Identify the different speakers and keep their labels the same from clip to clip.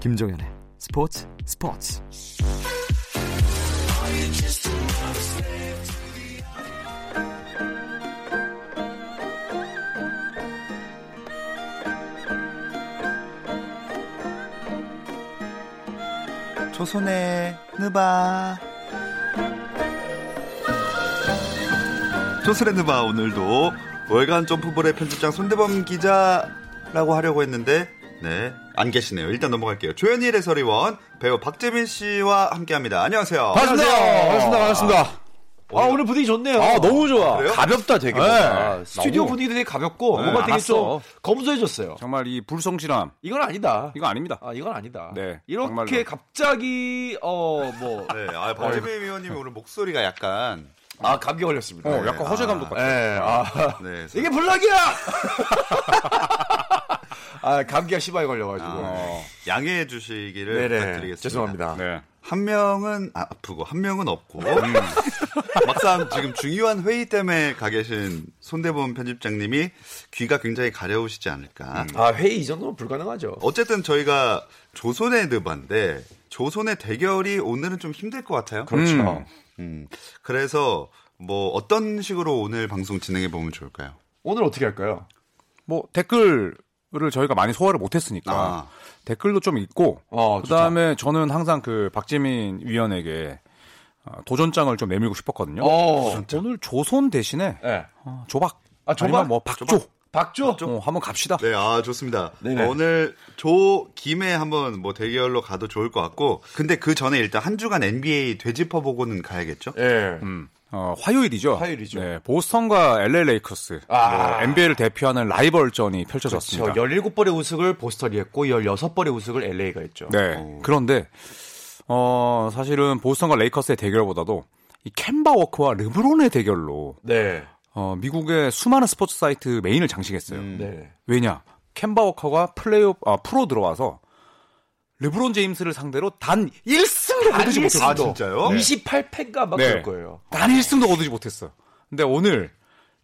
Speaker 1: 김종현의 스포츠 스포츠
Speaker 2: 조선의 느바 조선의 느바 오늘도 월간 점프볼의 편집장 손대범 기자라고 하려고 했는데 네 안 계시네요 일단 넘어갈게요 조현일 해설위원 배우 박재민 씨와 함께합니다 안녕하세요
Speaker 3: 반갑습니다. 반갑습니다. 반갑습니다. 아, 오늘 분위기 좋네요.
Speaker 4: 아 너무 좋아.
Speaker 2: 그래요?
Speaker 4: 가볍다 되게.
Speaker 3: 네.
Speaker 5: 아,
Speaker 4: 뭔가.
Speaker 3: 스튜디오
Speaker 4: 너무-
Speaker 3: 분위기 되게 가볍고 뭔가 되게
Speaker 4: 알았어.
Speaker 3: 좀 검소해졌어요.
Speaker 5: 정말 이 불성실함
Speaker 3: 이건 아니다.
Speaker 5: 이거 아닙니다.
Speaker 3: 아 이건 아니다.
Speaker 5: 네,
Speaker 3: 이렇게
Speaker 5: 정말로.
Speaker 3: 갑자기 어 뭐 아
Speaker 2: 네, 아, 박재민 위원님이 오늘 목소리가 약간
Speaker 3: 아, 감기 걸렸습니다.
Speaker 5: 어, 약간 허재 감독 같아.
Speaker 3: 예, 아,
Speaker 2: 네,
Speaker 3: 이게 불락이야. 아 감기가 심하게 걸려가지고.
Speaker 5: 어,
Speaker 2: 양해해 주시기를
Speaker 3: 네네.
Speaker 2: 부탁드리겠습니다.
Speaker 3: 죄송합니다.
Speaker 5: 네.
Speaker 2: 한 명은 아, 아프고 한 명은 없고
Speaker 3: 음.
Speaker 2: 막상 지금 중요한 회의 때문에 가 계신 손대범 편집장님이 귀가 굉장히 가려우시지 않을까.
Speaker 3: 아 회의 이 정도면 불가능하죠.
Speaker 2: 어쨌든 저희가 조선의 느반데 조선의 대결이 오늘은 좀 힘들 것 같아요.
Speaker 5: 그렇죠.
Speaker 2: 음, 그래서 뭐 어떤 식으로 오늘 방송 진행해 보면 좋을까요?
Speaker 3: 오늘 어떻게 할까요?
Speaker 5: 뭐 댓글을 저희가 많이 소화를 못했으니까
Speaker 2: 아.
Speaker 5: 댓글도 좀 있고
Speaker 3: 어,
Speaker 5: 그다음에 저는 항상 그 박재민 위원에게 어, 도전장을 좀 내밀고 싶었거든요.
Speaker 3: 어.
Speaker 5: 오늘 조선 대신에
Speaker 3: 네.
Speaker 5: 어, 조박
Speaker 3: 아, 조박?
Speaker 5: 아니면 뭐 박조
Speaker 3: 박조.
Speaker 5: 어, 한번 갑시다.
Speaker 2: 네, 아 좋습니다.
Speaker 3: 네네.
Speaker 2: 오늘 조 김에 한번 뭐 대결로 가도 좋을 것 같고, 근데 그 전에 일단 한 주간 NBA 되짚어 보고는 가야겠죠.
Speaker 3: 예.
Speaker 5: 어, 화요일이죠.
Speaker 3: 화요일이죠.
Speaker 5: 네, 보스턴과 LA 레이커스
Speaker 3: 아.
Speaker 5: 뭐 NBA를 대표하는 라이벌전이 펼쳐졌습니다.
Speaker 3: 저 17번의 그렇죠. 우승을 보스턴이 했고 16번의 우승을 LA가 했죠.
Speaker 5: 네. 그런데 어 사실은 보스턴과 레이커스의 대결보다도 이 캔바 워크와 르브론의 대결로
Speaker 3: 네.
Speaker 5: 어 미국의 수많은 스포츠 사이트 메인을 장식했어요.
Speaker 3: 네.
Speaker 5: 왜냐? 캔바 워커가 플레이업 아, 프로 들어와서 르브론 제임스를 상대로 단 1승도 거두지 못했어.
Speaker 2: 아,
Speaker 3: 네.
Speaker 2: 진짜요?
Speaker 3: 28패인가 막
Speaker 5: 네.
Speaker 3: 그럴 거예요.
Speaker 5: 단 1승도 거두지 못했어. 근데 오늘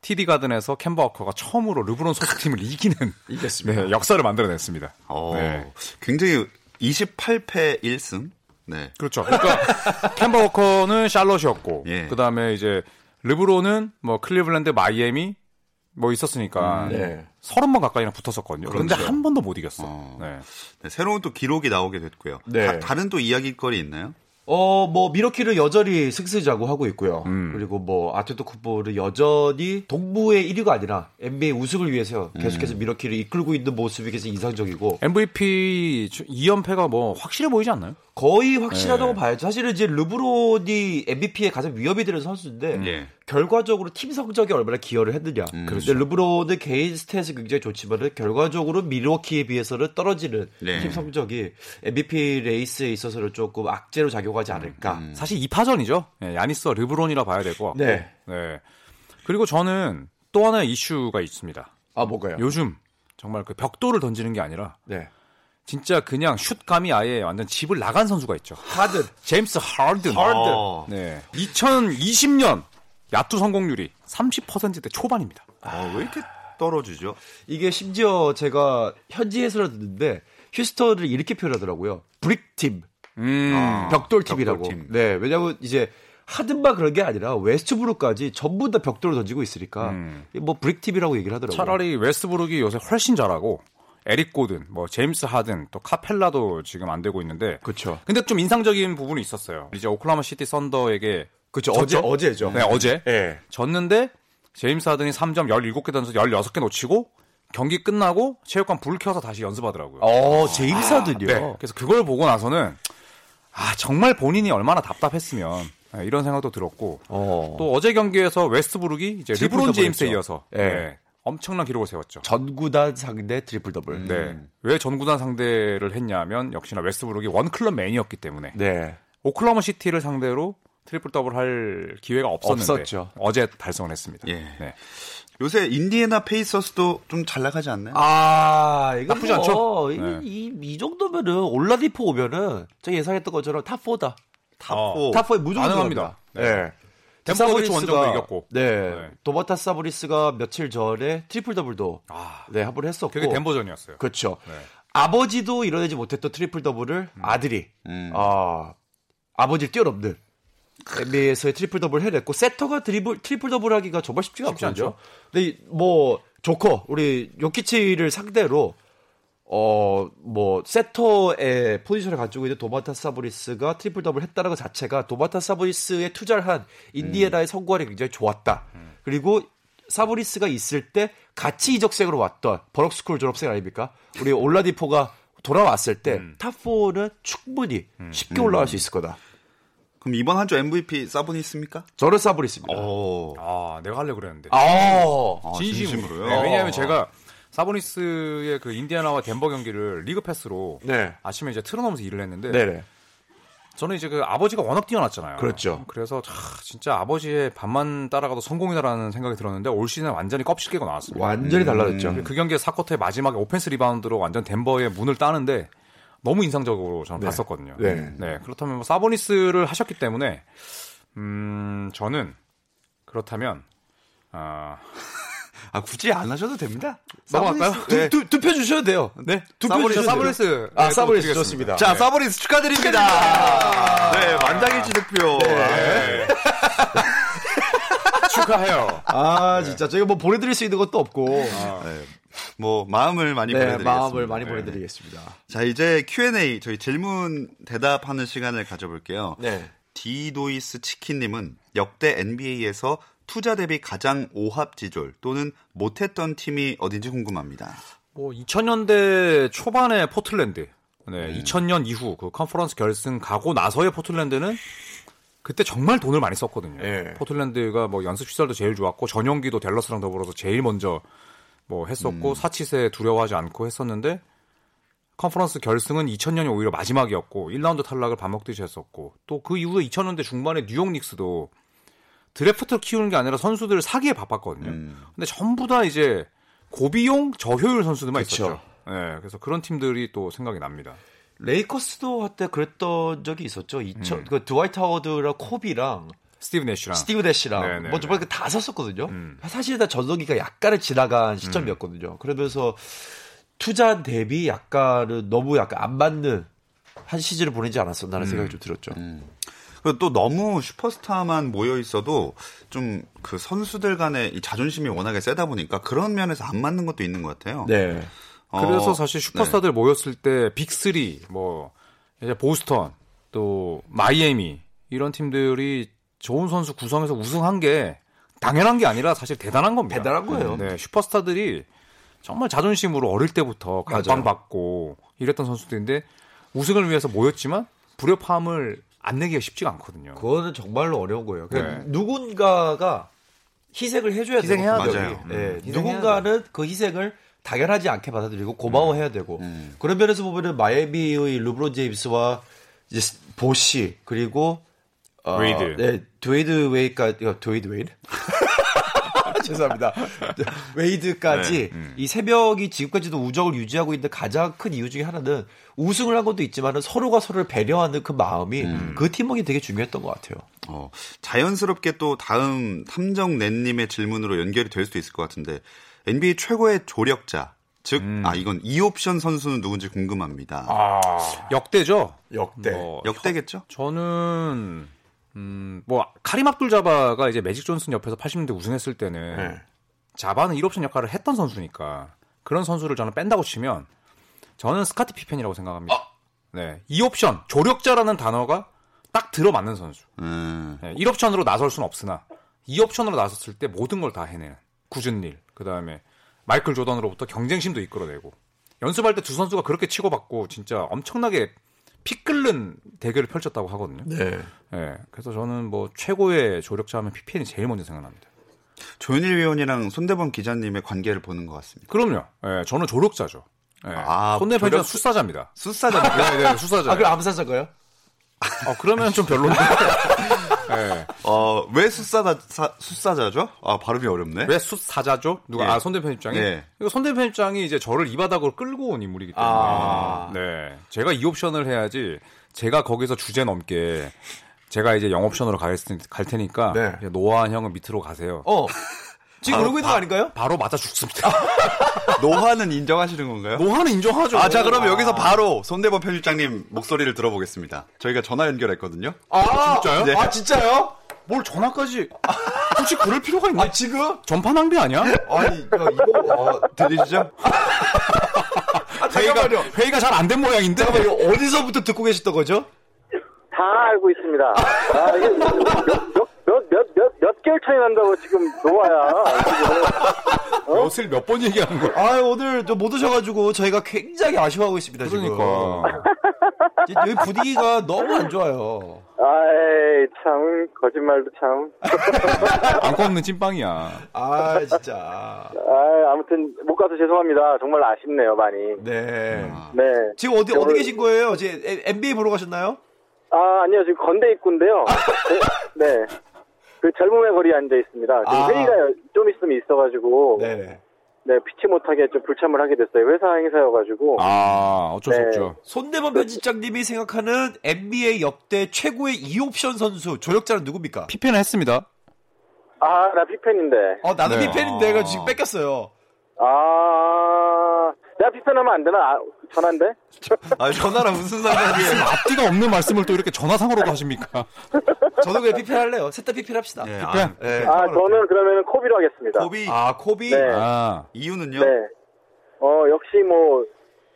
Speaker 5: TD 가든에서 캔바 워커가 처음으로 르브론 소속팀을 이기는
Speaker 3: 이겼습니다.
Speaker 5: 네, 역사를 만들어냈습니다.
Speaker 2: 어,
Speaker 5: 네.
Speaker 2: 굉장히 28패 1승. 네.
Speaker 5: 그렇죠. 그러니까 캔버 워커는 샬럿이었고
Speaker 2: 예.
Speaker 5: 그다음에 이제 르브론은 뭐 클리블랜드, 마이애미 뭐 있었으니까
Speaker 3: 네.
Speaker 5: 서른 번 가까이나 붙었었거든요. 그런데
Speaker 2: 그렇죠.
Speaker 5: 한 번도 못 이겼어.
Speaker 2: 어.
Speaker 5: 네.
Speaker 2: 네, 새로운 또 기록이 나오게 됐고요.
Speaker 3: 네.
Speaker 2: 다, 른또 이야기거리 있나요?
Speaker 3: 어, 뭐 미러키를 여전히 승승자고 하고 있고요. 그리고 뭐 아테토쿠보를 여전히 동부의 1위가 아니라 NBA 우승을 위해서 계속해서 미러키를 이끌고 있는 모습이 계속 인상적이고
Speaker 5: MVP 2연패가 뭐 확실해 보이지 않나요?
Speaker 3: 거의 확실하다고 봐야죠. 사실은 이제 르브론이 MVP에 가장 위협이 되는 선수인데
Speaker 2: 예.
Speaker 3: 결과적으로 팀 성적에 얼마나 기여를 했느냐. 그런데 르브론은 개인 스탯은 굉장히 좋지만은 결과적으로 미러키에 비해서는 떨어지는
Speaker 2: 네.
Speaker 3: 팀 성적이 MVP 레이스에 있어서는 조금 악재로 작용하지 않을까.
Speaker 5: 사실 2파전이죠. 네, 야니스와 르브론이라 봐야 될 것 같고.
Speaker 3: 음. 네.
Speaker 5: 네. 그리고 저는 또 하나의 이슈가 있습니다.
Speaker 3: 아 뭐가요?
Speaker 5: 요즘 정말 그 벽돌을 던지는 게 아니라
Speaker 3: 네.
Speaker 5: 진짜 그냥 슛감이 아예 완전 집을 나간 선수가 있죠.
Speaker 3: 하든
Speaker 5: 제임스 하든.
Speaker 2: 어,
Speaker 5: 네. 2020년 야투 성공률이 30%대 초반입니다.
Speaker 2: 아, 왜 이렇게 떨어지죠?
Speaker 3: 이게 심지어 제가 현지에서 듣는데 휴스턴을 이렇게 표현하더라고요. 브릭 팀,
Speaker 5: 아.
Speaker 3: 벽돌 팀이라고.
Speaker 2: 벽돌 팀.
Speaker 3: 네, 왜냐하면 이제 하든만 그런 게 아니라 웨스트브룩까지 전부 다 벽돌을 던지고 있으니까 뭐 브릭 팀이라고 얘기를 하더라고요.
Speaker 5: 음. 차라리 웨스브룩이 요새 훨씬 잘하고 에릭 고든, 뭐 제임스 하든, 또 카펠라도 지금 안 되고 있는데.
Speaker 3: 그렇죠.
Speaker 5: 근데 좀 인상적인 부분이 있었어요. 이제 오클라마 시티 썬더에게
Speaker 3: 그렇죠. 어제
Speaker 5: 졌죠?
Speaker 3: 어제죠.
Speaker 5: 네, 어제.
Speaker 3: 예.
Speaker 5: 졌는데 제임스 하든이 3점 17개 던져서 16개 놓치고 경기 끝나고 체육관 불 켜서 다시 연습하더라고요.
Speaker 3: 어, 제임스 하든이요.
Speaker 5: 네. 그래서 그걸 보고 나서는 아, 정말 본인이 얼마나 답답했으면 네, 이런 생각도 들었고
Speaker 3: 어.
Speaker 5: 또 어제 경기에서 웨스트브룩이 이제
Speaker 3: 트리플
Speaker 5: 르브론
Speaker 3: 더블
Speaker 5: 제임스에
Speaker 3: 했죠.
Speaker 5: 이어서
Speaker 3: 예.
Speaker 5: 네, 엄청난 기록을 세웠죠.
Speaker 3: 전구단 상대 트리플 더블.
Speaker 5: 네. 왜 전구단 상대를 했냐면 역시나 웨스트브룩이 원클럽 맨이었기 때문에
Speaker 3: 네.
Speaker 5: 오클라마 시티를 상대로 트리플 더블 할 기회가 없었는데
Speaker 3: 없었죠.
Speaker 5: 어제 달성을 했습니다.
Speaker 2: 예.
Speaker 5: 네.
Speaker 2: 요새 인디애나 페이서스도 좀 잘 나가지 않나요?
Speaker 3: 아, 이거
Speaker 5: 나쁘지
Speaker 3: 뭐,
Speaker 5: 않죠?
Speaker 3: 이,
Speaker 5: 네.
Speaker 3: 이, 이 정도면은 올라디포 오면은 제가 예상했던 것처럼 탑4다.
Speaker 2: 탑포.
Speaker 3: 탑4에 무조건
Speaker 5: 가능합니다.
Speaker 3: 들어갑니다. 네.
Speaker 5: 덴버
Speaker 3: 사보리스가-
Speaker 5: 브리츠 원정도 이겼고.
Speaker 3: 네.
Speaker 5: 네.
Speaker 3: 도바타 사브리스가 며칠 전에 트리플 더블도
Speaker 5: 아,
Speaker 3: 네, 합을 했었고.
Speaker 5: 그게 덴버전이었어요.
Speaker 3: 그렇죠.
Speaker 5: 네.
Speaker 3: 아버지도 이뤄내지 못했던 트리플 더블을 아들이
Speaker 2: 음.
Speaker 3: 아, 아버지를 뛰어넘는 NBA에서의 트리플 더블을 해냈고 세터가 드리블 트리플 더블 하기가 정말 쉽지가
Speaker 5: 쉽지
Speaker 3: 않거든요. 근데 이- 뭐 조커 우리 요키치를 상대로 어 뭐 세터의 포지션을 가지고 있는 도바타 사브리스가 트리플 더블 했다는 것 자체가 도바타 사브리스에 투자를 한 인디애나의 성과율이 굉장히 좋았다. 그리고 사브리스가 있을 때 같이 이적생으로 왔던 버럭스쿨 졸업생 아닙니까? 우리 올라디포가 돌아왔을 때 탑4는 충분히 쉽게 올라갈 수 있을 거다.
Speaker 2: 그럼 이번 한 주 MVP 사본이 있습니까?
Speaker 3: 저를 사브리스입니다.
Speaker 2: 오.
Speaker 5: 아, 내가 하려고 그랬는데.
Speaker 3: 아,
Speaker 2: 아,
Speaker 5: 진심으로.
Speaker 2: 진심으로요?
Speaker 5: 요 네, 왜냐하면 제가 사보니스의 그 인디애나와 덴버 경기를 리그 패스로
Speaker 3: 네.
Speaker 5: 아침에 이제 틀어놓으면서 일을 했는데
Speaker 3: 네네.
Speaker 5: 저는 이제 그 아버지가 워낙 뛰어났잖아요.
Speaker 3: 그렇죠.
Speaker 5: 그래서 차, 진짜 아버지의 반만 따라가도 성공이다라는 생각이 들었는데 올 시즌 완전히 껍질 깨고 나왔습니다.
Speaker 3: 완전히 달라졌죠.
Speaker 5: 그 경기에 사코트의 마지막에 오펜스 리바운드로 완전 덴버의 문을 따는데 너무 인상적으로 저는 봤었거든요.
Speaker 3: 네.
Speaker 5: 그렇다면 뭐 사보니스를 하셨기 때문에 음 저는 그렇다면 아
Speaker 2: 아, 굳이 안 하셔도 됩니다. 네.
Speaker 5: 넘어갈까요?
Speaker 3: 두, 두, 두표 주셔도 돼요.
Speaker 5: 네.
Speaker 3: 두표 주셔도
Speaker 5: 사보니스.
Speaker 3: 아, 사브리스 좋습니다. 네.
Speaker 2: 자, 사보리스 축하드립니다. 네, 만장일치 득표.
Speaker 5: 축하해요.
Speaker 3: 아, 진짜. 저희가 뭐 보내드릴 수 있는 것도 없고.
Speaker 2: 네. 뭐 마음을 많이
Speaker 3: 네,
Speaker 2: 보내드리겠습니다.
Speaker 3: 마음을 많이
Speaker 2: 네.
Speaker 3: 보내드리겠습니다.
Speaker 2: 자, 이제 Q&A 저희 질문 대답하는 시간을 가져볼게요.
Speaker 3: 네.
Speaker 2: 디도이스 치킨님은 역대 NBA에서 투자 대비 가장 오합지졸 또는 못했던 팀이 어딘지 궁금합니다.
Speaker 5: 뭐 2000년대 초반의 포틀랜드, 네, 2000년 이후 그 컨퍼런스 결승 가고 나서의 포틀랜드는 그때 정말 돈을 많이 썼거든요.
Speaker 3: 예.
Speaker 5: 포틀랜드가 뭐 연습 시설도 제일 좋았고 전용기도 댈러스랑 더불어서 제일 먼저 뭐 했었고
Speaker 3: 음.
Speaker 5: 사치세 두려워하지 않고 했었는데 컨퍼런스 결승은 2000년이 오히려 마지막이었고 1라운드 탈락을 반복듯이 했었고 또 그 이후에 2000년대 중반에 뉴욕 닉스도 드래프트 키우는 게 아니라 선수들을 사기에 바빴거든요.
Speaker 3: 음.
Speaker 5: 근데 전부 다 이제 고비용 저효율 선수들만
Speaker 3: 그쵸.
Speaker 5: 있었죠. 예, 그래서 그런 팀들이 또 생각이 납니다.
Speaker 3: 레이커스도 한때 그랬던 적이 있었죠. 2000,
Speaker 2: 음.
Speaker 3: 그 드와이트 하워드랑 코비랑
Speaker 2: 아.
Speaker 5: 스티브 내쉬랑
Speaker 3: 스티브
Speaker 5: 네,
Speaker 3: 대시랑
Speaker 5: 네,
Speaker 3: 뭐 정말
Speaker 5: 네.
Speaker 3: 그다 샀었거든요.
Speaker 5: 음.
Speaker 3: 사실 다 전성기가 약간은
Speaker 2: 음.
Speaker 3: 지나간 시점이었거든요. 그러면서 투자 대비 약간은 너무 약간 안 맞는 한 시즌을 보내지
Speaker 2: 음.
Speaker 3: 않았었나는 생각이 좀 들었죠.
Speaker 2: 그리고 또 너무 슈퍼스타만 모여 있어도 좀 그 선수들 간의 이 자존심이 워낙에 세다 보니까 그런 면에서 안 맞는 것도 있는 것 같아요.
Speaker 3: 네.
Speaker 2: 어,
Speaker 5: 그래서 사실 슈퍼스타들 모였을 때 빅3, 뭐 이제 보스턴, 또 마이애미 이런 팀들이 좋은 선수 구성해서 우승한 게 당연한 게 아니라 사실 대단한 겁니다.
Speaker 3: 대단한 거예요.
Speaker 5: 네, 슈퍼스타들이 정말 자존심으로 어릴 때부터 각광받고 이랬던 선수들인데 우승을 위해서 모였지만 불협화음을 안 내기가 쉽지가 않거든요.
Speaker 3: 그거는 정말로 어려운 거예요. 그러니까
Speaker 5: 네.
Speaker 3: 누군가가 희생을 해줘야
Speaker 5: 희생해야
Speaker 3: 되고
Speaker 2: 돼요.
Speaker 3: 예,
Speaker 5: 음, 희생해야
Speaker 3: 누군가는 그 희생을 당연하지 않게 받아들이고 고마워해야 되고
Speaker 5: 음.
Speaker 3: 그런 면에서 보면은 마이애미의 르브론 제임스와 이제 스- 보시 그리고 어,
Speaker 5: 웨이드.
Speaker 3: 네, 드웨이드 웨이까지 드웨이드 웨이드 죄송합니다.
Speaker 5: 네,
Speaker 3: 웨이드까지
Speaker 5: 음.
Speaker 3: 이 세 명이 지금까지도 우정을 유지하고 있는 가장 큰 이유 중에 하나는 우승을 한 것도 있지만 서로가 서로를 배려하는 그 마음이 그 팀워크가 되게 중요했던 것 같아요.
Speaker 2: 어, 자연스럽게 또 다음 탐정넷님의 질문으로 연결이 될 수도 있을 것 같은데 NBA 최고의 조력자 즉,
Speaker 5: 음.
Speaker 2: 아 이건 이 옵션 선수는 누군지 궁금합니다.
Speaker 5: 아, 역대죠.
Speaker 3: 역대.
Speaker 5: 뭐
Speaker 2: 역대겠죠?
Speaker 5: 저는 음, 뭐 카림 압둘 자바가 이제 매직 존슨 옆에서 80년대 우승했을 때는 자바는 1옵션 역할을 했던 선수니까 그런 선수를 저는 뺀다고 치면 저는 스카티 피펜이라고 생각합니다. 네, 2옵션 조력자라는 단어가 딱 들어맞는 선수.
Speaker 2: 음,
Speaker 5: 네, 1옵션으로 나설 수는 없으나 2옵션으로 나섰을 때 모든 걸 다 해내는 굳은 일. 그다음에 마이클 조던으로부터 경쟁심도 이끌어내고 연습할 때 두 선수가 그렇게 치고받고 진짜 엄청나게 피 끓는 대결을 펼쳤다고 하거든요.
Speaker 3: 네.
Speaker 5: 예, 그래서 저는 뭐 최고의 조력자 하면 PPL이 제일 먼저 생각납니다.
Speaker 2: 조현일 위원이랑 손대범 기자님의 관계를 보는 것 같습니다.
Speaker 5: 그럼요. 예, 저는 조력자죠. 예,
Speaker 2: 아,
Speaker 5: 손대 편이
Speaker 2: 조력-
Speaker 5: 수사자입니다.
Speaker 2: 수사자
Speaker 5: 네, 네, 수사자.
Speaker 3: 아, 그럼 암사자가요?
Speaker 5: 어, 그러면 좀 별론데. 예.
Speaker 2: 어, 왜 수사자, 사, 수사자죠? 아, 발음이 어렵네.
Speaker 5: 왜 수사자죠? 누가?
Speaker 2: 예.
Speaker 5: 아, 손대편 입장이?
Speaker 2: 예.
Speaker 5: 이거 손대편 입장이 이제 저를 이 바닥으로 끌고 온 인물이기 때문에.
Speaker 3: 아.
Speaker 5: 네. 제가 이 옵션을 해야지 제가 거기서 주제 넘게 제가 이제 영옵션으로 갈, 테니- 갈 테니까
Speaker 3: 네.
Speaker 5: 이제 노아한 형은 밑으로 가세요.
Speaker 3: 어. 지금 그러고 있는 거 아닌가요?
Speaker 5: 바로 맞아 죽습니다.
Speaker 2: 노화는 인정하시는 건가요?
Speaker 5: 노아는 인정하죠.
Speaker 2: 아, 자, 그러면 여기서 바로 손대범 편집장님 목소리를 들어보겠습니다. 저희가 전화 연결했거든요.
Speaker 3: 아,
Speaker 5: 진짜요?
Speaker 3: 아, 진짜요?
Speaker 5: 뭘 전화까지 굳이 그럴 필요가 있나?
Speaker 3: 아, 지금?
Speaker 5: 전파 낭비 아니야? 어,
Speaker 3: 아니, 야, 이거, 아,
Speaker 2: 어, 들리시죠?
Speaker 3: 아, 잠깐만요.
Speaker 5: 회의가 잘 안 된 모양인데.
Speaker 3: 잠깐만요. 어디서부터 듣고 계셨던 거죠?
Speaker 4: 다 알고 있습니다. 아, 이게 몇, 몇, 몇, 몇, 몇, 몇 개월 차이 난다고 지금 놓아야. 지금.
Speaker 5: 몇을 몇 번 얘기하는 거야?
Speaker 3: 아 오늘 저 못 오셔가지고 저희가 굉장히 아쉬워하고 있습니다,
Speaker 5: 그러니까.
Speaker 3: 지금. 여기 분위기가 너무 안 좋아요.
Speaker 4: 아이, 참, 거짓말도 참.
Speaker 5: 안고 없는 찐빵이야.
Speaker 3: 아, 진짜.
Speaker 4: 아 아무튼, 못 가서 죄송합니다. 정말 아쉽네요, 많이.
Speaker 3: 네.
Speaker 4: 네.
Speaker 3: 지금 어디, 어디
Speaker 4: 오늘-
Speaker 3: 계신 거예요? 지금 에- NBA 보러 가셨나요?
Speaker 4: 아, 아니요, 지금 건대 입구인데요. 네. 그 젊음의 거리에 앉아 있습니다. 지금
Speaker 3: 아.
Speaker 4: 회의가 좀 있으면 있어가지고, 네.
Speaker 3: 네네.
Speaker 4: 피치 못하게 좀 불참을 하게 됐어요. 회사 행사여가지고.
Speaker 5: 아, 어쩔 수
Speaker 4: 네.
Speaker 5: 없죠.
Speaker 3: 손대범 편집장님이 생각하는 NBA 역대 최고의 2옵션 선수, 조력자는 누굽니까?
Speaker 5: 피펜을 했습니다.
Speaker 4: 아, 나 피펜인데.
Speaker 3: 어, 나도
Speaker 5: 네.
Speaker 3: 피펜인데,
Speaker 5: 아.
Speaker 3: 가 지금 뺏겼어요.
Speaker 4: 아, 내가 피펜하면 안 되나? 아, 전화인데?
Speaker 2: 아, 전화랑 무슨 상관이에요?
Speaker 5: 앞뒤가 없는 말씀을 또 이렇게 전화상으로도 하십니까?
Speaker 3: 저도 그냥 피펜 할래요. 셋 다 피펜 합시다.
Speaker 2: 예,
Speaker 5: 네.
Speaker 2: 아,
Speaker 3: 네.
Speaker 4: 아, 저는 그러면 코비로 하겠습니다.
Speaker 2: 고비
Speaker 3: 아, 코비?
Speaker 4: 네.
Speaker 5: 아,
Speaker 2: 이유는요?
Speaker 4: 네. 어, 역시 뭐,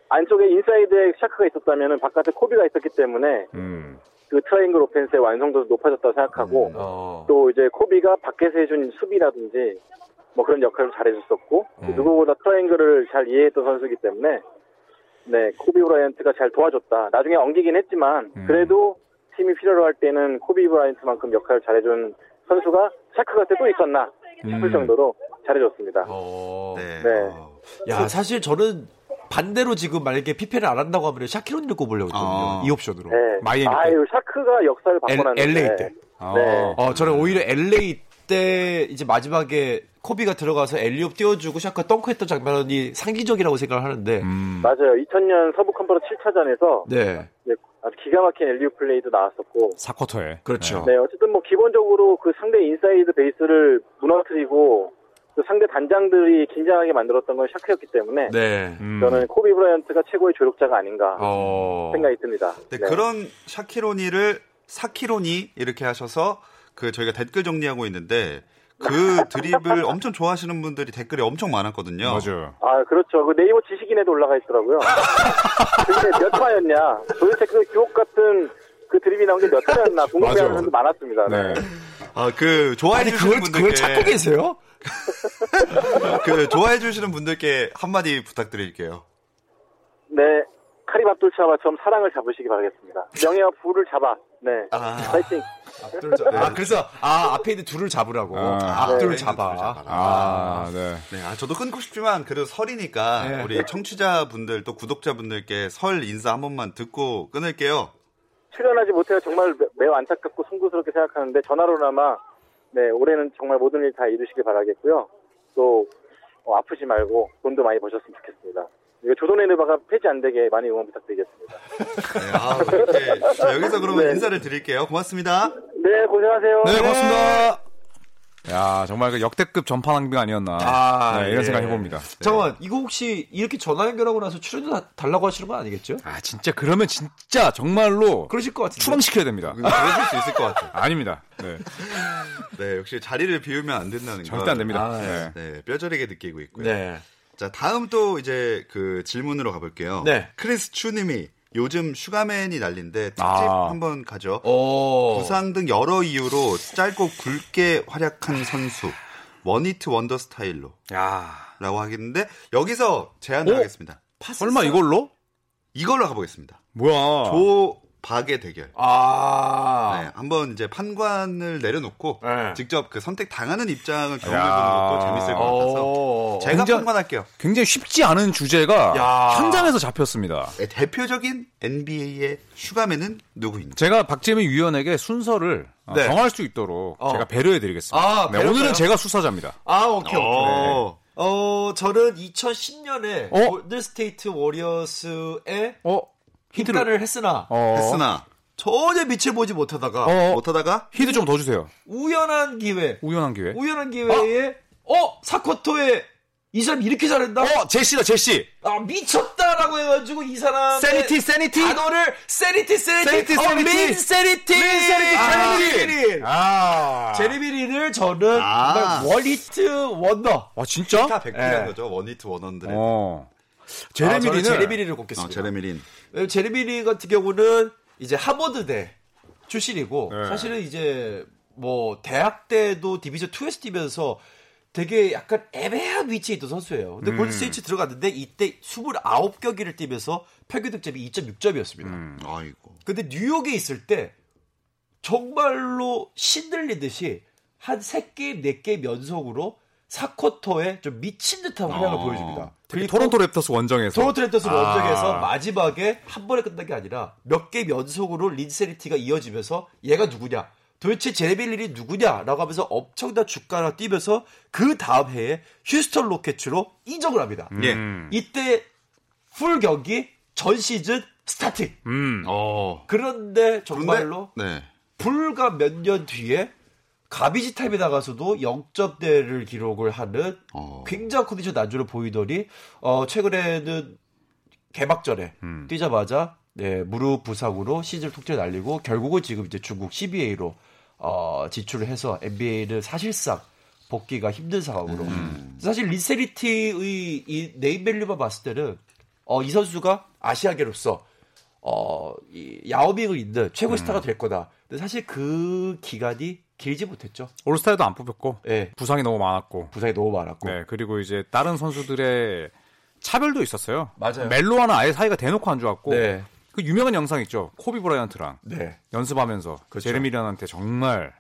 Speaker 4: 안쪽에 인사이드에 샤크가 있었다면 바깥에 코비가 있었기 때문에
Speaker 5: 음.
Speaker 4: 그 트라이앵글 오펜스의 완성도도 높아졌다고 생각하고
Speaker 3: 어.
Speaker 4: 또 이제 코비가 밖에서 해준 수비라든지 뭐 그런 역할을 잘해줬었고 또
Speaker 5: 음.
Speaker 4: 누구보다 트라이앵글을 잘 이해했던 선수이기 때문에 네, 코비 브라이언트가 잘 도와줬다. 나중에 엉기긴 했지만
Speaker 5: 음.
Speaker 4: 그래도 팀이 필요로 할 때는 코비 브라이언트만큼 역할을 잘해준 선수가 샤크가 또 있었나
Speaker 5: 음.
Speaker 4: 싶을 정도로 잘해줬습니다.
Speaker 3: 어.
Speaker 2: 네.
Speaker 4: 네.
Speaker 2: 어,
Speaker 3: 야, 사실 저는 반대로 지금 만약에 피펜을 안 한다고 하면 샤키로니를 꼽으려고 했거든요.
Speaker 2: 아.
Speaker 3: 이 옵션으로.
Speaker 4: 네.
Speaker 5: 마이애미 때.
Speaker 4: 아유, 샤크가 역사를
Speaker 3: L-
Speaker 4: 바꿔놨는데.
Speaker 3: LA 때.
Speaker 5: 아,
Speaker 4: 네.
Speaker 3: 어, 저는 오히려 LA 때 이제 마지막에 코비가 들어가서 엘리옵 띄워주고 샤크가 덩크했던 장면이 상기적이라고 생각을 하는데.
Speaker 5: 음.
Speaker 4: 맞아요. 2000년 서부 컨퍼런스 7차전에서
Speaker 3: 네.
Speaker 4: 아주 기가 막힌 엘리우 플레이도 나왔었고.
Speaker 5: 4쿼터에.
Speaker 3: 그렇죠.
Speaker 4: 네, 어쨌든 뭐 기본적으로 그 상대 인사이드 베이스를 무너뜨리고 또 상대 단장들이 긴장하게 만들었던 건 샤크였기 때문에
Speaker 3: 네.
Speaker 5: 음.
Speaker 4: 저는 코비 브라이언트가 최고의 조력자가 아닌가
Speaker 3: 어.
Speaker 4: 생각이 듭니다.
Speaker 2: 근데
Speaker 4: 네.
Speaker 2: 그런 샤키로니를 사키로니 이렇게 하셔서 그 저희가 댓글 정리하고 있는데 그 드립을 엄청 좋아하시는 분들이 댓글이 엄청 많았거든요.
Speaker 5: 맞아요.
Speaker 4: 아, 그렇죠. 그 네이버 지식인에도 올라가 있더라고요. 그게 몇 화였냐. 도대체 그 주옥 같은 그 드립이 나온 게 몇 화였나 궁금해하는
Speaker 5: 맞아요.
Speaker 4: 사람도 많았습니다.
Speaker 5: 네.
Speaker 2: 아, 그 좋아해
Speaker 3: 아니,
Speaker 2: 주시는
Speaker 3: 그걸,
Speaker 2: 분들께
Speaker 3: 그걸 찾고 계세요?
Speaker 2: 그 좋아해 주시는 분들께 한마디 부탁드릴게요.
Speaker 4: 네, 카리밥돌차와처럼 사랑을 잡으시기 바라겠습니다. 명예와 부를 잡아. 네,
Speaker 2: 아.
Speaker 4: 파이팅.
Speaker 3: 앞둘 잡- 아, 그래서, 아, 앞에 있는 둘을 잡으라고.
Speaker 5: 아.
Speaker 3: 앞둘
Speaker 2: 네.
Speaker 3: 잡아.
Speaker 2: 둘을 잡아라.
Speaker 5: 아, 네.
Speaker 2: 네, 아, 저도 끊고 싶지만 그래도 설이니까
Speaker 3: 네.
Speaker 2: 우리 청취자분들 또 구독자분들께 설 인사 한 번만 듣고 끊을게요.
Speaker 4: 출연하지 못해서 정말 매- 매우 안타깝고 송구스럽게 생각하는데 전화로나마 네 올해는 정말 모든 일 다 이루시길 바라겠고요. 또 어, 아프지 말고 돈도 많이 버셨으면 좋겠습니다. 이거 조선의 느바가 폐지 안 되게 많이 응원 부탁드리겠습니다.
Speaker 2: 네, 아, 이렇게. 자, 여기서 그러면
Speaker 4: 네.
Speaker 2: 인사를 드릴게요. 고맙습니다. 음,
Speaker 4: 네, 고생하세요.
Speaker 5: 네, 고맙습니다. 야, 정말 그 역대급 전파 낭비가 아니었나.
Speaker 3: 네. 아,
Speaker 5: 네, 이런
Speaker 3: 예.
Speaker 5: 생각 해봅니다.
Speaker 3: 잠깐만, 이거 혹시 이렇게 전화 연결하고 나서 출연료 다- 달라고 하시는 건 아니겠죠?
Speaker 5: 아, 진짜 그러면 진짜 정말로
Speaker 3: 그러실 것 같은데.
Speaker 5: 추방시켜야 됩니다.
Speaker 3: 그러니까.
Speaker 2: 그러실 수 있을 것 같아요.
Speaker 5: 아닙니다. 네.
Speaker 2: 네, 역시 자리를 비우면 안 된다는 거.
Speaker 5: 절대 안 됩니다.
Speaker 3: 아,
Speaker 5: 네.
Speaker 2: 네, 뼈저리게 느끼고 있고요.
Speaker 3: 네.
Speaker 2: 자, 다음 또 이제 그 질문으로 가볼게요.
Speaker 3: 네.
Speaker 2: 크리스 추님이 요즘 슈가맨이 난린데 특집
Speaker 5: 아.
Speaker 2: 한번 가죠.
Speaker 3: 어.
Speaker 2: 부상 등 여러 이유로 짧고 굵게 활약한 선수 원히트 원더 스타일로
Speaker 5: 야,
Speaker 2: 라고 하겠는데 여기서 제안을 하겠습니다.
Speaker 5: 설마 이걸로?
Speaker 2: 이걸로 가보겠습니다.
Speaker 5: 뭐야?
Speaker 2: 조박의 대결.
Speaker 3: 아.
Speaker 2: 네, 한번 이제 판관을 내려놓고
Speaker 3: 네.
Speaker 2: 직접 그 선택 당하는 입장을
Speaker 5: 야.
Speaker 2: 경험해보는 것도 재밌을 것 같아서
Speaker 3: 어.
Speaker 2: 제가
Speaker 5: 굉장히-
Speaker 2: 판관할게요.
Speaker 5: 굉장히 쉽지 않은 주제가
Speaker 3: 야.
Speaker 5: 현장에서 잡혔습니다.
Speaker 2: 네, 대표적인 NBA의 슈가맨은 누구인가?
Speaker 5: 제가 박재민 위원에게 순서를 어,
Speaker 2: 네.
Speaker 5: 정할 수 있도록
Speaker 3: 어.
Speaker 5: 제가 배려해드리겠습니다.
Speaker 3: 아,
Speaker 5: 네,
Speaker 3: 배려가요?
Speaker 5: 오늘은 제가 수사자입니다.
Speaker 3: 아, 오케이, 오케이.
Speaker 2: 어.
Speaker 3: 어, 저는 2010년에
Speaker 5: 어?
Speaker 3: 골든스테이트 워리어스에
Speaker 5: 어?
Speaker 3: 힘가를 했으나
Speaker 5: 어.
Speaker 2: 했으나
Speaker 3: 전혀 빛을 보지 못하다가
Speaker 5: 어. 네.
Speaker 2: 못하다가
Speaker 5: 히트 좀 더 주세요.
Speaker 3: 우연한 기회,
Speaker 5: 우연한 기회.
Speaker 3: 우연한 기회에 어, 사코토에 이 사람 이렇게 잘한다?
Speaker 5: 어, 제시다, 제시.
Speaker 3: 아 미쳤다라고 해가지고 이 사람
Speaker 5: 세니티, 세니티.
Speaker 3: 단어를 세니티 세니티
Speaker 5: 세니티,
Speaker 3: 어,
Speaker 5: 세니티.
Speaker 3: 민 세니티
Speaker 5: 민 세니티,
Speaker 3: 아,
Speaker 5: 제리
Speaker 3: 제리비리.
Speaker 5: 아.
Speaker 3: 제리비리를 저는
Speaker 2: 아.
Speaker 3: 정말 월히트 원더
Speaker 5: 와, 아, 진짜?
Speaker 2: 다 백분한
Speaker 3: 예.
Speaker 2: 거죠. 원히트 원원들의
Speaker 5: 어.
Speaker 3: 아,
Speaker 5: 제레미리는
Speaker 3: 저는 제리비리를 꼽겠습니다.
Speaker 2: 어, 제레미린.
Speaker 3: 왜냐면 제리비리 같은 경우는 이제 하버드대 출신이고
Speaker 5: 네.
Speaker 3: 사실은 이제 뭐 대학 때도 디비전 2에서 뛰면서 되게 약간 애매한 위치에 있던 선수예요. 근데
Speaker 5: 음.
Speaker 3: 골드스테이트 들어갔는데 이때 29경기를 뛰면서 평균 득점이 2.6점이었습니다.
Speaker 5: 음.
Speaker 2: 아이고.
Speaker 3: 근데 뉴욕에 있을 때 정말로 신들리듯이 한 3게임, 4게임 연속으로 4쿼터에 좀 미친 듯한 활약을
Speaker 2: 어.
Speaker 3: 보여줍니다.
Speaker 5: 되게 아. 토론토 랩터스 원정에서.
Speaker 3: 토론토 랩터스
Speaker 5: 아.
Speaker 3: 원정에서 뭐 마지막에 한 번에 끝난 게 아니라 몇 게임 연속으로 린세리티가 이어지면서 얘가 누구냐 도대체 제레빌린이 누구냐라고 하면서 엄청난 주가가 뛰면서 그 다음 해에 휴스턴 로켓츠로 이적을 합니다. 음.
Speaker 2: 예.
Speaker 3: 이때 풀 경기 전 시즌 스타팅.
Speaker 5: 음.
Speaker 2: 어.
Speaker 3: 그런데
Speaker 2: 그런데
Speaker 3: 정말로
Speaker 2: 네.
Speaker 3: 불과 몇 년 뒤에 가비지 타임에 나가서도 0점대를 기록을 하는
Speaker 2: 어.
Speaker 3: 굉장한 컨디션 난조를 보이더니 어, 최근에는 개막전에 뛰자마자 네, 무릎 부상으로 시즌 통째 날리고 결국은 지금 이제 중국 CBA로 지출을 해서 NBA는 사실상 복귀가 힘든 상황으로 사실 리세리티의 이 네임밸류만 봤을 때는 어, 이 선수가 아시아계로서 어, 이 야오밍을 잇는 최고 의 스타가 될 거다. 근데 사실 그 기간이 길지 못했죠.
Speaker 5: 올스타에도 안 뽑혔고.
Speaker 3: 예.
Speaker 5: 부상이 너무 많았고.
Speaker 3: 부상이 너무 많았고.
Speaker 5: 네, 그리고 이제 다른 선수들의 차별도 있었어요.
Speaker 3: 맞아요.
Speaker 5: 멜로와는 아예 사이가 대놓고 안 좋았고.
Speaker 3: 네.
Speaker 5: 그 유명한 영상 있죠. 코비 브라이언트랑
Speaker 3: 네.
Speaker 5: 연습하면서 제르미란한테 정말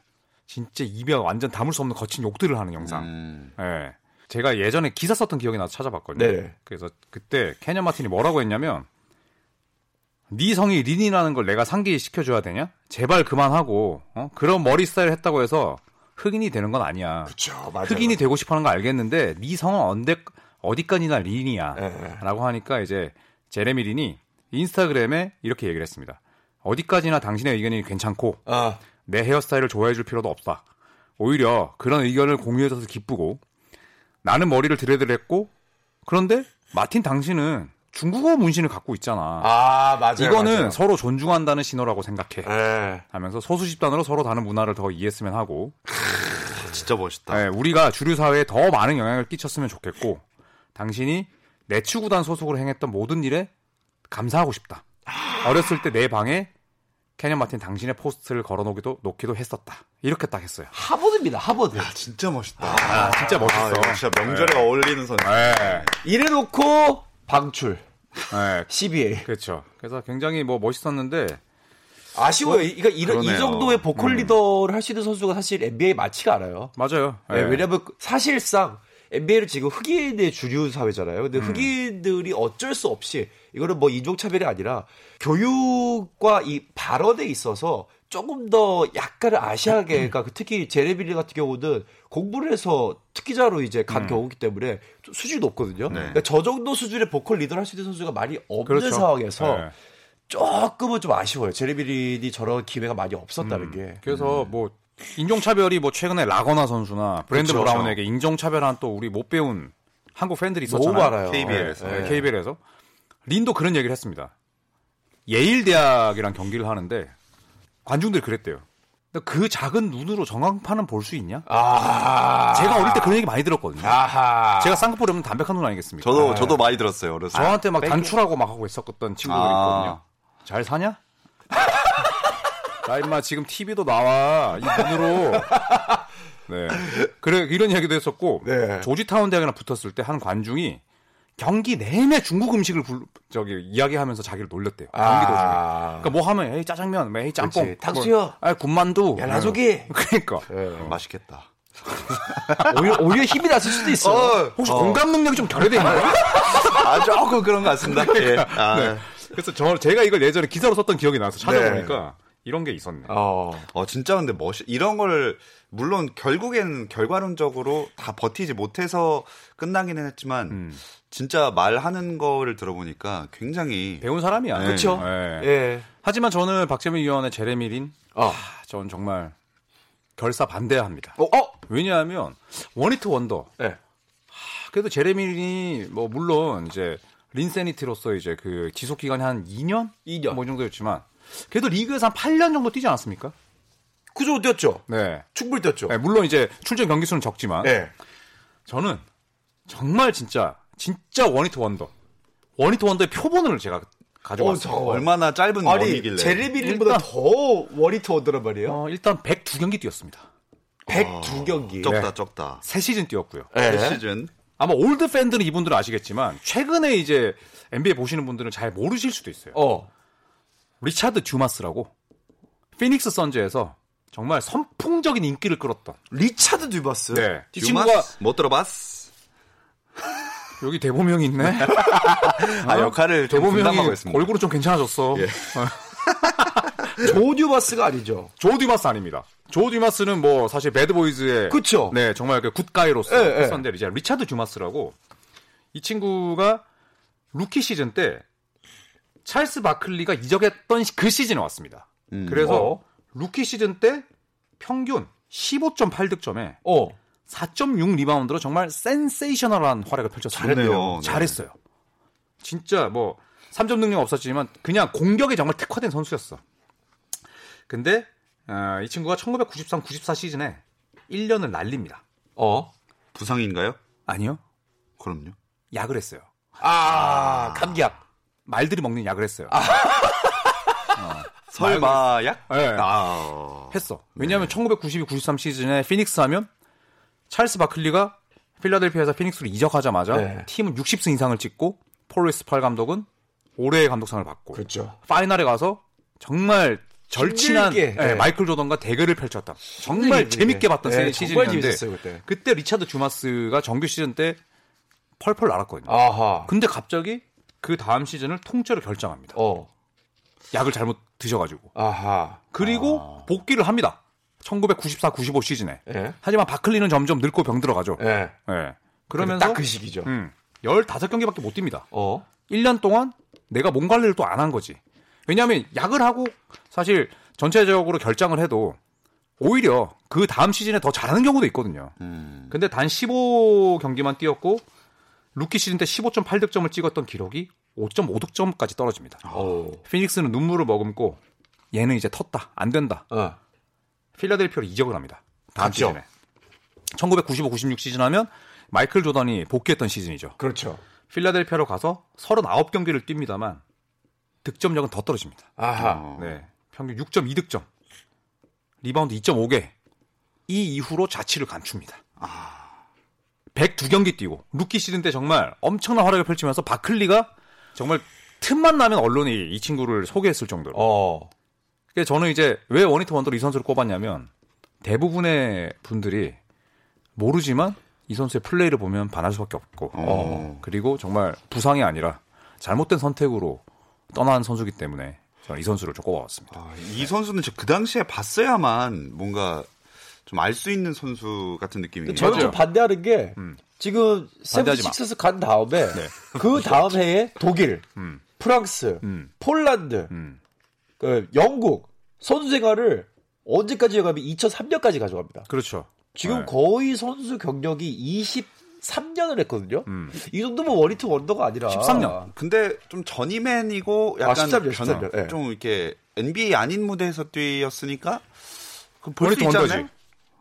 Speaker 5: 진짜 입에 완전 담을 수 없는 거친 욕들을 하는 영상.
Speaker 2: 음.
Speaker 5: 예. 제가 예전에 기사 썼던 기억이 나서 찾아봤거든요.
Speaker 3: 네네.
Speaker 5: 그래서 그때 캐년 마틴이 뭐라고 했냐면 네 성이 린이라는 걸 내가 상기시켜줘야 되냐? 제발 그만하고 어? 그런 머리 스타일 했다고 해서 흑인이 되는 건 아니야.
Speaker 3: 그렇죠. 맞아요.
Speaker 5: 흑인이 되고 싶어하는 거 알겠는데 네 성은 언제 어디까지나
Speaker 3: 예.
Speaker 5: 린이야라고 하니까 이제 제레미 린이 인스타그램에 이렇게 얘기를 했습니다. 어디까지나 당신의 의견이 괜찮고
Speaker 3: 아,
Speaker 5: 내 헤어스타일을 좋아해줄 필요도 없다. 오히려 그런 의견을 공유해줘서 기쁘고 나는 머리를 들여들였고 그런데 마틴 당신은 중국어 문신을 갖고 있잖아.
Speaker 3: 아 맞아요.
Speaker 5: 이거는
Speaker 3: 맞아요.
Speaker 5: 서로 존중한다는 신호라고 생각해.
Speaker 3: 예.
Speaker 5: 하면서 소수 집단으로 서로 다른 문화를 더 이해했으면 하고
Speaker 2: 아, 진짜 멋있다.
Speaker 5: 예, 우리가 주류 사회에 더 많은 영향을 끼쳤으면 좋겠고 당신이 내 축구단 소속으로 행했던 모든 일에 감사하고 싶다. 어렸을 때 내 방에 캐년 마틴 당신의 포스트를 걸어놓기도 놓기도 했었다. 이렇게 딱 했어요.
Speaker 3: 하버드입니다. 하버드.
Speaker 2: 아, 진짜 멋있다.
Speaker 5: 아, 진짜
Speaker 2: 아, 이거 진짜 아, 명절에 어울리는 선수.
Speaker 5: 예.
Speaker 3: 이래놓고 방출
Speaker 5: 예.
Speaker 3: CBA.
Speaker 5: 그렇죠. 그래서 굉장히 뭐 멋있었는데
Speaker 3: 아쉬워요. 음. 이- 그러니까 이런 이
Speaker 2: 그러네요.
Speaker 3: 정도의 보컬 리더를 할 수 있는 선수가 사실 NBA 많지가 않아요.
Speaker 5: 맞아요. 예.
Speaker 3: 네, 왜냐면 사실상 NBA는 지금 흑인의 주류 사회잖아요.
Speaker 5: 음.
Speaker 3: 근데 흑인들이 어쩔 수 없이 이거는 뭐 인종차별이 아니라 교육과 이 발언에 있어서 조금 더 약간은 아시아계가 그 특히 제레빌리 같은 경우는 공부를 해서 특기자로 이제 간
Speaker 5: 음.
Speaker 3: 경우기 때문에 좀 수준이 높거든요. 그러니까 저 정도 수준의 보컬 리더를 할 수 있는 선수가 많이 없는
Speaker 5: 네. 그렇죠.
Speaker 3: 상황에서
Speaker 5: 네.
Speaker 3: 조금은 좀 아쉬워요. 제레빌린이 저런 기회가 많이 없었다는 게.
Speaker 5: 음. 그래서 뭐 인종차별이 뭐 최근에 라거나 선수나 브랜드
Speaker 3: 그쵸.
Speaker 5: 브라운에게 인종차별한 또 우리 못 배운 한국 팬들이
Speaker 3: 너무
Speaker 5: 있었잖아요.
Speaker 3: 많아요.
Speaker 2: KBL에서.
Speaker 3: 예, 예.
Speaker 5: KBL에서 린도 그런 얘기를 했습니다. 예일 대학이랑 경기를 하는데 관중들이 그랬대요. 근데 그 작은 눈으로 정강판은 볼 수 있냐?
Speaker 3: 아.
Speaker 5: 제가 어릴 때 그런 얘기 많이 들었거든요.
Speaker 3: 아하.
Speaker 5: 제가 쌍꺼풀 없는 담백한 눈 아니겠습니까? 아.
Speaker 3: 아,
Speaker 2: 저도 저도 많이 들었어요. 어렸을 때.
Speaker 5: 저한테 막 단출하고 막 하고 있었던 친구들이
Speaker 2: 아.
Speaker 5: 있거든요. 잘 사냐? 나 임마 지금 TV도 나와 이 눈으로. 네. 그래 이런 이야기도 했었고
Speaker 3: 네.
Speaker 5: 조지타운 대학이랑 붙었을 때 한 관중이 경기 내내 중국 음식을 불, 저기 이야기하면서 자기를 놀렸대요. 경기 도중에.
Speaker 3: 아.
Speaker 5: 그러니까 뭐 하면 에이 짜장면, 에이 짬뽕,
Speaker 3: 그렇지. 탕수육.
Speaker 5: 아 군만두,
Speaker 3: 야, 라조기.
Speaker 5: 그러니까
Speaker 2: 네. 맛있겠다.
Speaker 3: 오히려, 오히려 힘이 났을 수도 있어.
Speaker 5: 혹시 공감 능력이 좀 결여돼 있는 거야?
Speaker 2: 아 조금 그런 것 같습니다. 예. 아,
Speaker 5: 그래서 저 제가 이걸 예전에 기사로 썼던 기억이
Speaker 3: 네.
Speaker 5: 나서 찾아보니까 이런 게 있었네.
Speaker 3: 어.
Speaker 2: 어 진짜 근데 멋 이런 걸 물론 결국엔 결과론적으로 다 버티지 못해서 끝나기는 했지만 진짜 말하는 거를 들어보니까 굉장히
Speaker 5: 배운 사람이야.
Speaker 3: 그쵸.
Speaker 5: 예.
Speaker 3: 예.
Speaker 5: 하지만 저는 박재민 위원의 제레미린,
Speaker 3: 어.
Speaker 5: 아, 저는 정말 결사 반대합니다.
Speaker 3: 어, 어?
Speaker 5: 왜냐하면 원히트 원더.
Speaker 3: 예.
Speaker 5: 그래도 제레미린이 뭐 물론 이제 린세니티로서 이제 그 지속 기간이 한 2년, 2년 뭐이 정도였지만 그래도 리그에서 한 8년 정도 뛰지 않았습니까?
Speaker 3: 그죠, 뛰었죠.
Speaker 5: 네.
Speaker 3: 충분히 뛰었죠.
Speaker 5: 네, 물론 이제 출전 경기 수는 적지만
Speaker 3: 예.
Speaker 5: 저는 정말 진짜 진짜 원히트 원더 원히트 원더의 표본을 제가 가지고
Speaker 3: 어,
Speaker 5: 왔어요.
Speaker 3: 저-
Speaker 2: 얼마나 짧은
Speaker 3: 아니,
Speaker 2: 원이길래
Speaker 3: 제레비린보다
Speaker 5: 일단-
Speaker 3: 더 워리터 오더란 말이에요.
Speaker 5: 어, 일단 102경기 뛰었습니다.
Speaker 3: 102경기.
Speaker 2: 적다 적다.
Speaker 5: 세 시즌 뛰었고요.
Speaker 3: 네.
Speaker 2: 올 시즌
Speaker 5: 아마 올드 팬들은 이분들은 아시겠지만 최근에 이제 NBA 보시는 분들은 잘 모르실 수도 있어요.
Speaker 3: 어.
Speaker 5: 리차드 듀마스라고 피닉스 선즈에서 정말 선풍적인 인기를 끌었던
Speaker 3: 리차드
Speaker 2: 그
Speaker 3: 듀바스.
Speaker 5: 네. 이 친구가
Speaker 2: 유마스 못 들어봤?
Speaker 5: 여기 대보명이 있네.
Speaker 2: 아 역할을 좀 분담하고
Speaker 5: 대보명이
Speaker 2: 있습니다. 예.
Speaker 5: 얼굴은 좀 괜찮아졌어.
Speaker 3: 조 듀바스가 아니죠.
Speaker 5: 조 듀마스 아닙니다. 조 듀마스는 뭐 사실 배드보이즈의
Speaker 3: 그쵸.
Speaker 5: 네 정말 그 굿가이로서
Speaker 3: 그렇죠. 예, 예.
Speaker 5: 했었는데 이제 리차드 듀마스라고 이 친구가 루키 시즌 때 찰스 바클리가 이적했던 시- 그 시즌에 왔습니다. 그래서
Speaker 3: 어.
Speaker 5: 루키 시즌 때 평균 15.8 득점에
Speaker 3: 어.
Speaker 5: 4.6 리바운드로 정말 센세이셔널한 활약을 펼쳤어요.
Speaker 2: 잘했네요. 네.
Speaker 5: 잘했어요. 진짜 뭐 3점 능력 없었지만 그냥 공격에 정말 특화된 선수였어. 근데 어, 이 친구가 1993-94 시즌에 1년을 날립니다.
Speaker 3: 어.
Speaker 2: 부상인가요?
Speaker 5: 아니요.
Speaker 2: 그럼요.
Speaker 5: 약을 했어요.
Speaker 3: 아, 감기약.
Speaker 5: 말들이 먹는 약을 했어요.
Speaker 2: 설마약?
Speaker 3: 네.
Speaker 5: 예.
Speaker 2: 아,
Speaker 5: 했어. 왜냐하면 1992-93 시즌에 피닉스 하면 찰스 바클리가 필라델피아에서 피닉스로 이적하자마자
Speaker 3: 네.
Speaker 5: 팀은 60승 이상을 찍고 폴리스팔 감독은 올해의 감독상을 받고
Speaker 3: 그렇죠.
Speaker 5: 파이널에 가서 정말 절친한
Speaker 3: 힘들게,
Speaker 5: 예,
Speaker 3: 네.
Speaker 5: 마이클 조던과 대결을 펼쳤다. 정말
Speaker 3: 힘들게.
Speaker 5: 재밌게 봤던
Speaker 3: 네, 정말
Speaker 5: 시즌이었는데
Speaker 3: 재밌었어요, 그때.
Speaker 5: 리차드 주마스가 정규 시즌 때 펄펄 날았거든요.
Speaker 3: 아하.
Speaker 5: 근데 갑자기 그 다음 시즌을 통째로 결정합니다.
Speaker 3: 어.
Speaker 5: 약을 잘못 드셔가지고
Speaker 3: 아하.
Speaker 5: 그리고 복귀를 합니다. 1994-95 시즌에.
Speaker 3: 예.
Speaker 5: 하지만 바클리는 점점 늙고 병들어가죠. 예.
Speaker 3: 예.
Speaker 5: 그러면서
Speaker 3: 딱 그 시기죠.
Speaker 5: 음, 15경기밖에 못 뜁니다.
Speaker 3: 어.
Speaker 5: 1년 동안 내가 몸 관리를 또 안 한 거지. 왜냐하면 약을 하고 사실 전체적으로 결장을 해도 오히려 그 다음 시즌에 더 잘하는 경우도 있거든요.
Speaker 3: 음.
Speaker 5: 근데 단 15경기만 뛰었고 루키 시즌 때 15.8득점을 찍었던 기록이 5.5득점까지 떨어집니다.
Speaker 3: 어.
Speaker 5: 아. 피닉스는 눈물을 머금고 얘는 이제 텄다. 안 된다.
Speaker 3: 어.
Speaker 5: 필라델피아로 이적을 합니다. 다음
Speaker 3: 갔죠.
Speaker 5: 시즌에. 1995, 96 시즌 하면 마이클 조던이 복귀했던 시즌이죠.
Speaker 3: 그렇죠.
Speaker 5: 필라델피아로 가서 39경기를 뜁니다만 득점력은 더 떨어집니다.
Speaker 3: 아하.
Speaker 5: 네. 평균 6.2득점. 리바운드 2.5개. 이 이후로 자취를 감춥니다. 102경기 뛰고 루키 시즌 때 정말 엄청난 활약을 펼치면서 바클리가 정말 틈만 나면 언론이 이 친구를 소개했을 정도로
Speaker 3: 어.
Speaker 5: 그래서 저는 이제 왜 원히트 원더로 이 선수를 꼽았냐면 대부분의 분들이 모르지만 이 선수의 플레이를 보면 반할 수밖에 없고 어, 그리고 정말 부상이 아니라 잘못된 선택으로 떠난 선수기 때문에 저는 이 선수를 좀 꼽아왔습니다.
Speaker 2: 아, 이 선수는 진짜 그 당시에 봤어야만 뭔가 좀 알 수 있는 선수 같은 느낌이에요.
Speaker 3: 그 저는
Speaker 5: 맞아요. 음.
Speaker 3: 좀 반대하는 게 지금
Speaker 5: 반대하지 마. 네.
Speaker 3: 세븐식스에서 간 다음에 그 다음 해에 독일,
Speaker 5: 음.
Speaker 3: 프랑스, 폴란드, 그 영국 선수생활을 언제까지 가면 2003년까지 가져갑니다.
Speaker 5: 그렇죠.
Speaker 3: 지금
Speaker 5: 네.
Speaker 3: 거의 선수 경력이 23년을 했거든요. 이 정도면 원히트 원더가 아니라
Speaker 5: 음. 13년.
Speaker 2: 근데 좀 전이맨이고
Speaker 3: 아,
Speaker 2: 약간
Speaker 3: 13년,
Speaker 2: 변-
Speaker 3: 13년, 예.
Speaker 2: 좀 이렇게 NBA 아닌 무대에서 뛰었으니까 그 볼수
Speaker 5: 원히트
Speaker 2: 있지
Speaker 5: 원더지.
Speaker 2: 않나요?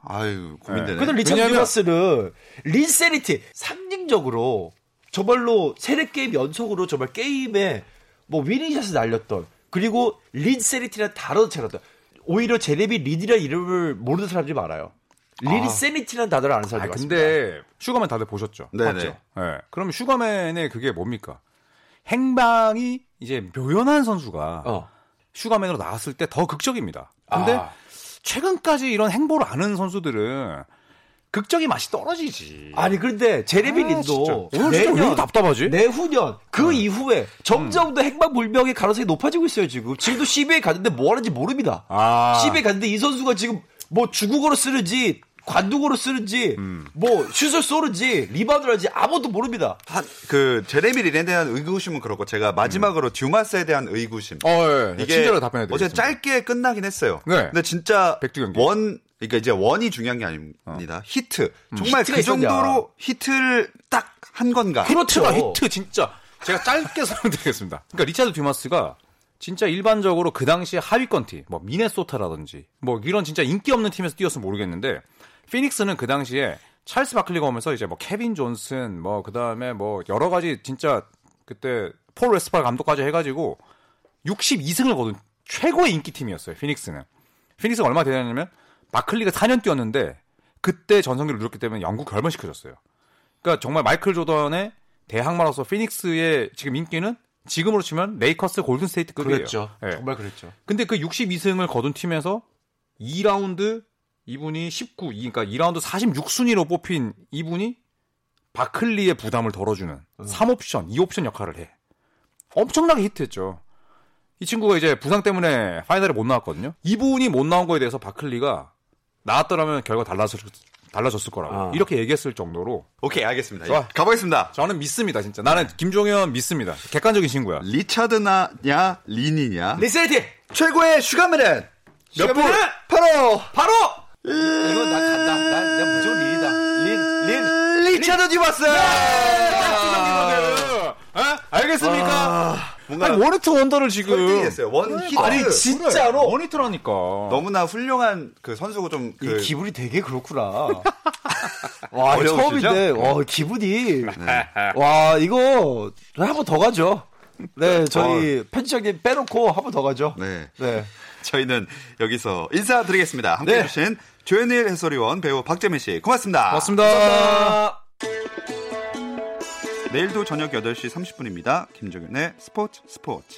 Speaker 2: 아유 고민되네.
Speaker 3: 예. 그래도 리차드
Speaker 5: 왜냐면-
Speaker 3: 뉴마스는 린세리티 상징적으로 정말로 세례 게임 연속으로 정말 게임에 뭐 위닝샷을 날렸던 그리고 리드 세리티라는 단어도 제가 알았다. 오히려 제레비 리드라는 이름을 모르는 사람들이 많아요. 리드
Speaker 5: 아.
Speaker 3: 세리티라는 단어를 아는
Speaker 5: 아
Speaker 3: 사람들이 많습니다.
Speaker 5: 근데 슈가맨 다들 보셨죠?
Speaker 2: 네네.
Speaker 5: 맞죠? 예. 그럼 슈가맨의 그게 뭡니까? 행방이 이제 묘연한 선수가
Speaker 3: 어.
Speaker 5: 슈가맨으로 나왔을 때 더 극적입니다. 근데
Speaker 3: 아.
Speaker 5: 최근까지 이런 행보를 아는 선수들은 극적인 맛이 떨어지지.
Speaker 3: 아니 그런데 제레비
Speaker 5: 아, 진짜.
Speaker 3: 린도
Speaker 5: 오늘 진짜 어. 왜 이렇게
Speaker 3: Ah.
Speaker 5: 답답하지?
Speaker 3: 내후년 그 이후에
Speaker 5: 음.
Speaker 3: 점점 더 행방불명의 가능성이 높아지고 있어요 지금. 지금도 CBA 갔는데 뭐 하는지 모릅니다.
Speaker 5: 아.
Speaker 3: CBA 갔는데 이 선수가 지금 뭐 중국어로 쓰는지 관두고로 쓰는지
Speaker 2: 음.
Speaker 3: 뭐 슛을 쏘는지 리바운드를 하는지 아무것도 모릅니다.
Speaker 2: 한그 제레미 린에 대한 의구심은 그렇고 제가 마지막으로 듀마스에 대한 의구심.
Speaker 5: 어, 예, 예. 친절하게 답변해 드리겠습니다.
Speaker 2: 어제 짧게 끝나긴 했어요.
Speaker 5: 네.
Speaker 2: 근데 진짜
Speaker 5: 백두 경기.
Speaker 2: 원 그러니까 이제 원이 중요한 게 아닙니다. 히트. 정말
Speaker 3: 히트가
Speaker 2: 그
Speaker 3: 있었냐.
Speaker 2: 정도로 히트를 딱 한 건가?
Speaker 5: 아,
Speaker 3: 그렇죠.
Speaker 5: 히트가 히트 진짜 제가 짧게 설명드리겠습니다. 그러니까 리차드 듀마스가 진짜 일반적으로 그 당시 하위권 팀, 뭐 미네소타라든지 뭐 이런 진짜 인기 없는 팀에서 뛰었으면 모르겠는데 피닉스는 그 당시에 찰스 바클리가 오면서 이제 뭐 케빈 존슨 뭐 그다음에 뭐 여러 가지 진짜 그때 폴 웨스팔 감독까지 해 가지고 62승을 거둔 최고의 인기 팀이었어요. 피닉스는. 피닉스가 얼마 되냐면 바클리가 4년 뛰었는데 그때 전성기를 누렸기 때문에 영국 결번시켜줬어요. 그러니까 정말 마이클 조던의 대학 마로서 피닉스의 지금 인기는 지금으로 치면 레이커스 골든스테이트급이에요.
Speaker 2: 그렇죠.
Speaker 5: 예.
Speaker 3: 그렇죠. 정말 그랬죠.
Speaker 5: 근데 그 62승을 거둔 팀에서 2라운드 이분이 19, 이- 그러니까 2라운드 46순위로 뽑힌 이분이 바클리의 부담을 덜어주는 3옵션, 2옵션 역할을 해. 엄청나게 히트했죠. 이 친구가 이제 부상 때문에 파이널에 못 나왔거든요. 이분이 못 나온 거에 대해서 바클리가 나왔더라면 결과 달라졌, 달라졌을 거라고
Speaker 3: 아.
Speaker 5: 이렇게 얘기했을 정도로
Speaker 2: 오케이, 알겠습니다.
Speaker 5: 좋아.
Speaker 2: 가보겠습니다.
Speaker 5: 저는 믿습니다, 진짜. 나는 김종현 믿습니다. 객관적인 친구야.
Speaker 2: 리차드나냐, 린이냐.
Speaker 3: 네, 리세이팅
Speaker 2: 최고의 슈가맨은 몇 분?
Speaker 3: 슈가맨은
Speaker 2: 바로
Speaker 3: 바로 이건 나 간다. 나, 나 무조건 린이다. 린 린.
Speaker 2: 리차드 디바스.
Speaker 5: 네! 아, 알겠습니까?
Speaker 2: 뭔가
Speaker 5: 아니, 뭐- 원히트 원더를 지금.
Speaker 2: 꼴등이었어요. 네. 원 히트.
Speaker 3: 아니 진짜로
Speaker 5: 원히트라니까.
Speaker 2: 너무나 훌륭한 그 선수고 좀 그,
Speaker 3: 이 기분이 되게 그렇구나. 와,
Speaker 2: 어려우시죠? 네.
Speaker 3: 처음인데, 와, 기분이. 와, 이거, 한 번 더 가죠. 네, 저희 편집장님 빼놓고 한 번 더 가죠.
Speaker 2: 어. 네.
Speaker 3: 네.
Speaker 2: 저희는 여기서 인사드리겠습니다. 함께 해
Speaker 3: 네.
Speaker 2: 주신 조현일 해설위원 배우 박재민 씨 고맙습니다.
Speaker 5: 맞습니다.
Speaker 2: 아. 내일도 저녁 8시 30분입니다. 김종현의 스포츠 스포츠.